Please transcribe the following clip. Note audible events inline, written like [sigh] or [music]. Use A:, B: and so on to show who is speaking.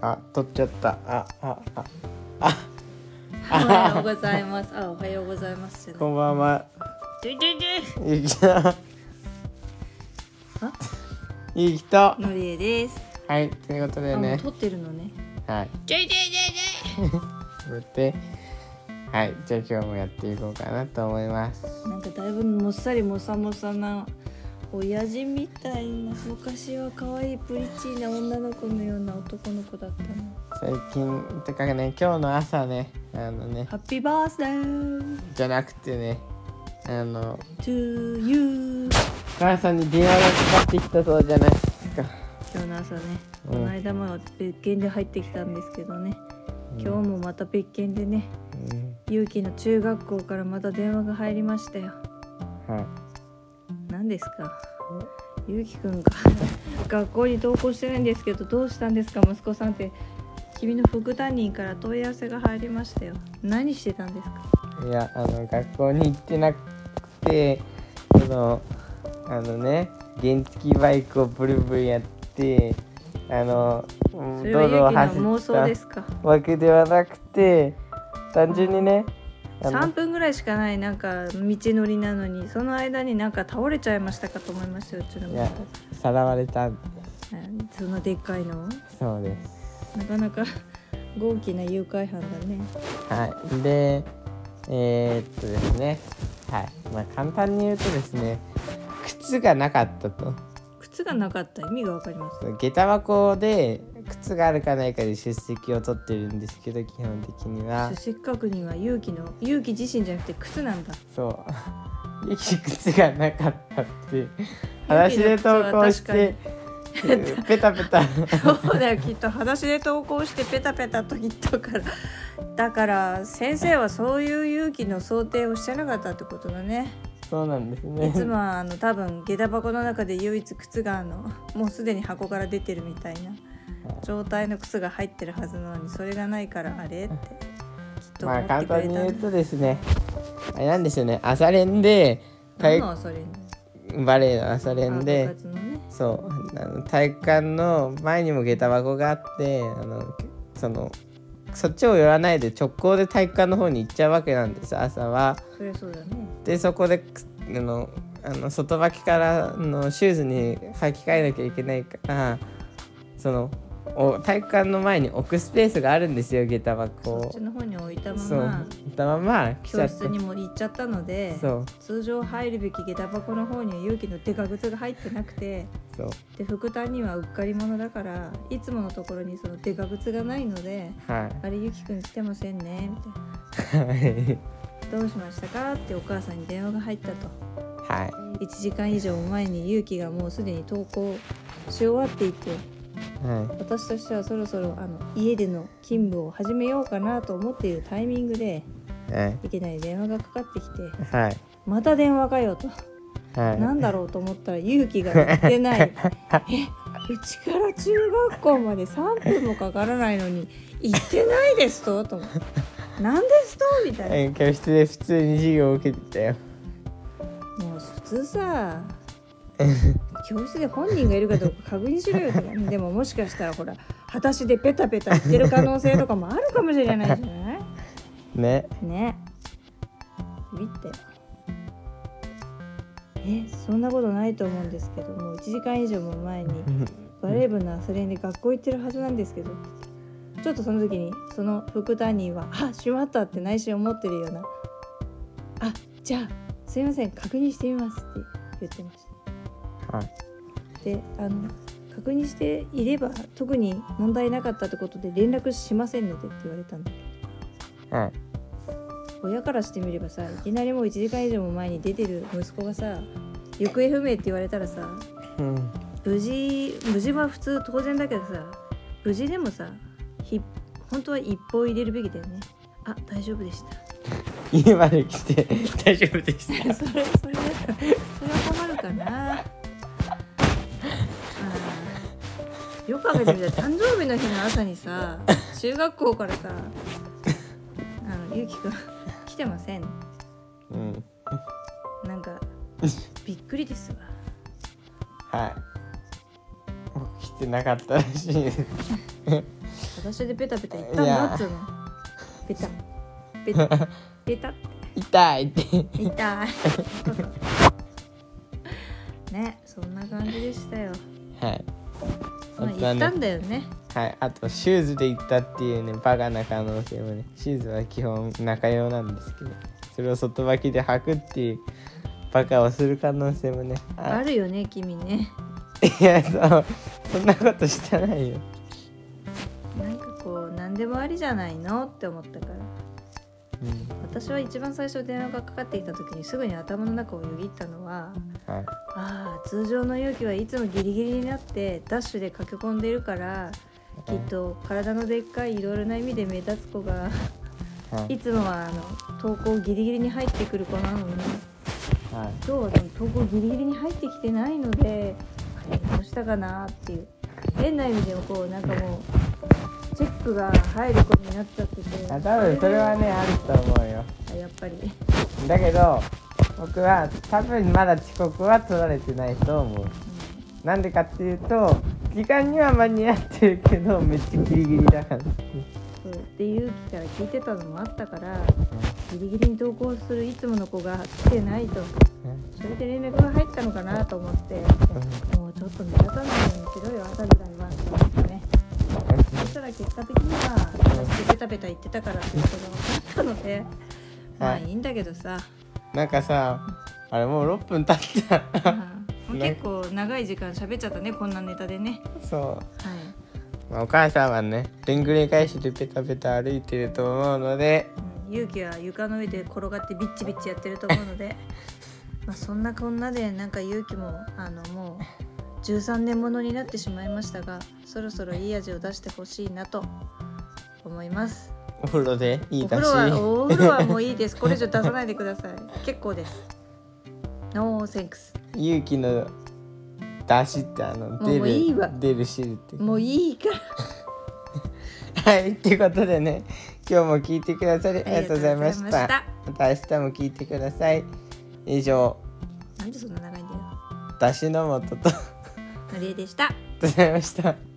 A: あ取っちゃったあああ
B: おはようございます。あ、おはようございます。
A: こんばんは
B: ちょいちょいちょ
A: ゆきだゆきと
B: い。のりえです。
A: はいということで
B: あ、もう
A: ね
B: 撮ってるのね。
A: はい
B: ちょいちょいちょいち
A: そってはいじゃあ今日もやっていこうかなと思います
B: ょい。なんかだいぶもっさりもさもさな。親父みたいな昔は可愛いプリチーな女の子のような男の子だったの。
A: 最近てかね今日の朝ねあのね
B: ハッピーバースデー
A: じゃなくてねあの
B: to you。
A: お母さんに電話がかかってきたそうじゃないですか
B: 今日の朝ね、
A: うん
B: この間も別件で入ってきたんですけどね。
A: うん
B: 今日もまた別件でね、
A: う
B: ゆうきの中学校からまた電話が入りましたよ。
A: んはい
B: 何ですかゆうきくんが [laughs] 学校に登校してないんですけどどうしたんですか息子さんって君の副担任から問い合わせが入りましたよ何してたんですか
A: いやあの学校に行ってなくてそのあのね原付バイクをブルブルやってあのうん道
B: それはゆう
A: 路を走
B: きの妄想で
A: っ
B: すか
A: たわけではなくて単純にねあの
B: 3分ぐらいしかないなんか道のりなのにその間になんか倒れちゃいましたかと思いましたようちの
A: い
B: 息
A: や
B: 子
A: さらわれた
B: うんそのでっかいの
A: そうです
B: なかなか [laughs] 豪気な誘拐犯だね
A: はいでえー、っとですねはいまあ簡単に言うとですね靴がなかったと
B: 靴がなかった意味がわかります
A: 下駄箱で靴があるかないかで出席を取ってるんですけど基本的には
B: 出席確認は勇気の勇気自身じゃなくて靴なんだ
A: そう [laughs] ゆき靴がなかったって話で投稿して [laughs] ペタペタ
B: そうだよきっと裸足で登校してペタペタと言ったからだから先生はそういう勇気の想定をしてなかったってことだね
A: そうなんですね
B: いつもはあの多分下駄箱の中で唯一靴があのもうすでに箱から出てるみたいな状態の靴が入ってるはずなのにそれがないからあれってきっと
A: ま
B: 思
A: あ
B: って
A: 簡
B: く
A: 単
B: れ
A: に
B: た
A: 言うん
B: だ
A: とですねあれなんですよね朝練で体
B: 何のそれに
A: バレエの朝練
B: あ部
A: で
B: 活のね
A: そうあの体育館の前にも下駄箱があってあのそのそっちを寄らないで直行で体育館の方に行っちゃうわけなんです朝は。
B: そりゃそうだね
A: でそこでくあのあの外履きからあのシューズに履き替えなきゃいけないからそのお体育館の前に置くスペースがあるんですよ下駄箱
B: そ
A: を
B: っちの方に置いたま
A: そう
B: ま
A: 行ったまま来ちゃ
B: 教
A: っ
B: 室にも行っちゃったので
A: たそう
B: 通常入るべき下駄箱の方には勇気のデカ靴が入ってなくて
A: そう
B: で副担任はうっかり者だからいつものところにそのデカ靴がないので
A: は
B: 「あれゆきくん来てませんね」みたいない
A: はい
B: 「どうしましたか?」ってお母さんに電話が入ったと
A: はい
B: 1時間以上前にゆうきがもうすでに登校し終わっていて
A: は
B: 私としてはそろそろあの家での勤務を始めようかなと思っているタイミングで
A: いはい
B: いきなり電話がかかってきて
A: はい
B: 「また電話かよ」と。
A: はい
B: なんだろうと思ったら勇気が言ってないえうちから中学校まで3分もかからないのに行ってないですとと思って何ですとみたい
A: はい教室で普通に授業を受けてたよ
B: なもう普通さ教室で本人がいるかどうか確認しろよってねでももしかしたらほら裸足でペタペタ言ってる可能性とかもあるかもしれないじゃない
A: ね
B: ねビビったよえそんなことないと思うんですけどもう1時間以上も前にバレー部の朝練で学校行ってるはずなんですけどって言ってちょっとその時にその副担任は「あしまった」って内心思ってるような「あじゃあすいません確認してみます」って言ってました。
A: はい
B: であの確認していれば特に問題なかったってことで連絡しませんのでって言われたんだけど
A: はい
B: 親からしてみればさいきなりもう1時間以上も前に出てる息子がさ行方不明って言われたらさ
A: うん
B: 無事無事は普通当然だけどさ無事でもさひ本当は一報入れるべきだよねあ大丈夫でした
A: [laughs] 家まで来て [laughs] 大丈夫でした
B: それそれそれは困るかなあーよく考えてみたら誕生日の日の朝
A: [laughs]
B: にさ中学校からさあのゆうきくん来てません
A: うん
B: なんかびっくりですわ
A: はい。起きてなかったらしいです。
B: 裸足でペタペタいったん
A: いや
B: だっつうのペタペタペタ
A: 痛いって
B: 痛いねそんな感じでしたよ
A: はい
B: ま
A: あ
B: あ
A: とは
B: 行っ
A: ね
B: たんだよね
A: はい、あとシューズで行ったっていうねバカな可能性もねシューズは基本中用なんですけどそれを外履きで履くっていうバカをする可能性もね
B: あ
A: あ
B: るよね君ね
A: いやそうそんなことしてないよ
B: なんかこう何でもありじゃないのって思ったから
A: うん
B: 私は一番最初電話がかかってきた時にすぐに頭の中をよぎったのは
A: はい
B: ああ通常の勇気はいつもギリギリになってダッシュで駆け込んでいるからきっと体のでっかいいろいろな意味で目立つ子が
A: はいい
B: つもはあの投稿ギリギリに入ってくる子なのに
A: は
B: 今日はでも投稿ギリギリに入ってきてないのでどうしたかなっていう変な意味でもこうなんかもうチェックが入る子になっちゃってて
A: いあ多分それはねあると思うよ
B: あやっぱり
A: だけど僕は多分まだ遅刻は取られてないと思うなんでかっていうと時間には間に合ってるけどめっちゃギリギリだから
B: そうって勇気から聞いてたのもあったからギリギリに投稿するいつもの子が来てないとそれで連絡が入ったのかなと思ってもうちょっと目立たないようにしろよ朝ぐらいはと思ってねそしたら結果的には私ペタペタ言ってたからっていうことが分かったのでまあいいんだけど [laughs] さ、
A: [laughs] なんかさあれもう6分経った
B: うんもう結構長い時間喋っちゃったねこんなネタでね
A: [laughs] そ
B: は
A: う、まあお母さんはねでんぐり返しでペタペタ歩いてると思うので
B: い、うん、勇気は床の上で転がってビッチビッチやってると思うの [laughs] でまあそんなこんなでなんか勇気もあのもう13年ものになってしまいましたがそろそろいい味を出してほしいなと思います
A: お風呂でいい
B: お
A: 出
B: 風
A: し
B: 呂はお風呂はもうい
A: [laughs]
B: いです。これ以上出さないでください。結構です。ノーセンクス。
A: 勇気の出しってあの
B: う
A: 出
B: もういいわ
A: る出る汁って
B: もういいから。
A: はいっていうことでね今日も聞いてくださりありがとうございました
B: ありがとうご
A: ま
B: ざいました
A: 明日も聞いてください以上
B: なんでそんな長いんだよ。
A: 出しの素とありがと
B: のりえでした。
A: うございました